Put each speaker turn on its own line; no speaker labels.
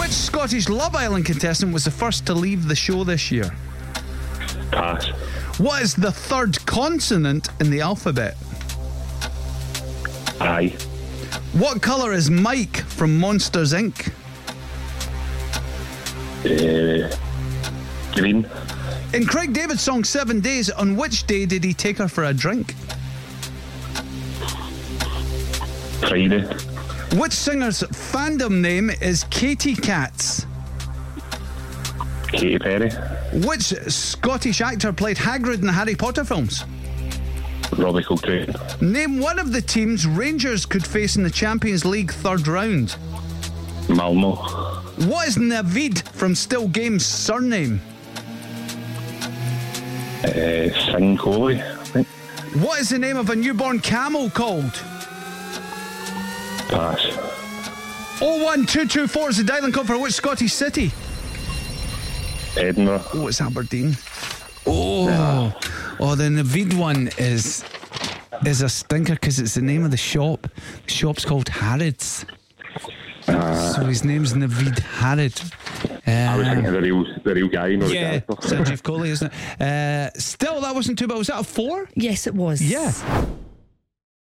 Which Scottish Love Island contestant was the first to leave the show this year?
Pass.
What is the third consonant in the alphabet?
Aye.
What colour is Mike from Monsters Inc.?
Uh, green.
In Craig David's song Seven Days, on which day did he take her for a drink?
Friday.
Which singer's fandom name is Katie Katz?
Katy Perry.
Which Scottish actor played Hagrid in the Harry Potter films?
Robbie Coltrane.
Name one of the teams Rangers could face in the Champions League third round.
Malmo.
What is Navid from Still Game's surname?
Uh, Sing Coley. I think.
What is the name of a newborn camel called?
Pass.
01224 is the dialing code for which Scottish city?
Edinburgh.
Oh, it's Aberdeen. Oh, oh, the Navid one is is a stinker because it's the name of the shop. The shop's called Harrods. so his name's Navid Harrod.
I was
Uh,
thinking the real, the real guy, not
yeah,
the character.
Sanjeev Kohli, isn't it? Uh, still, that wasn't too bad. Was that a four?
Yes, it was.
Yeah.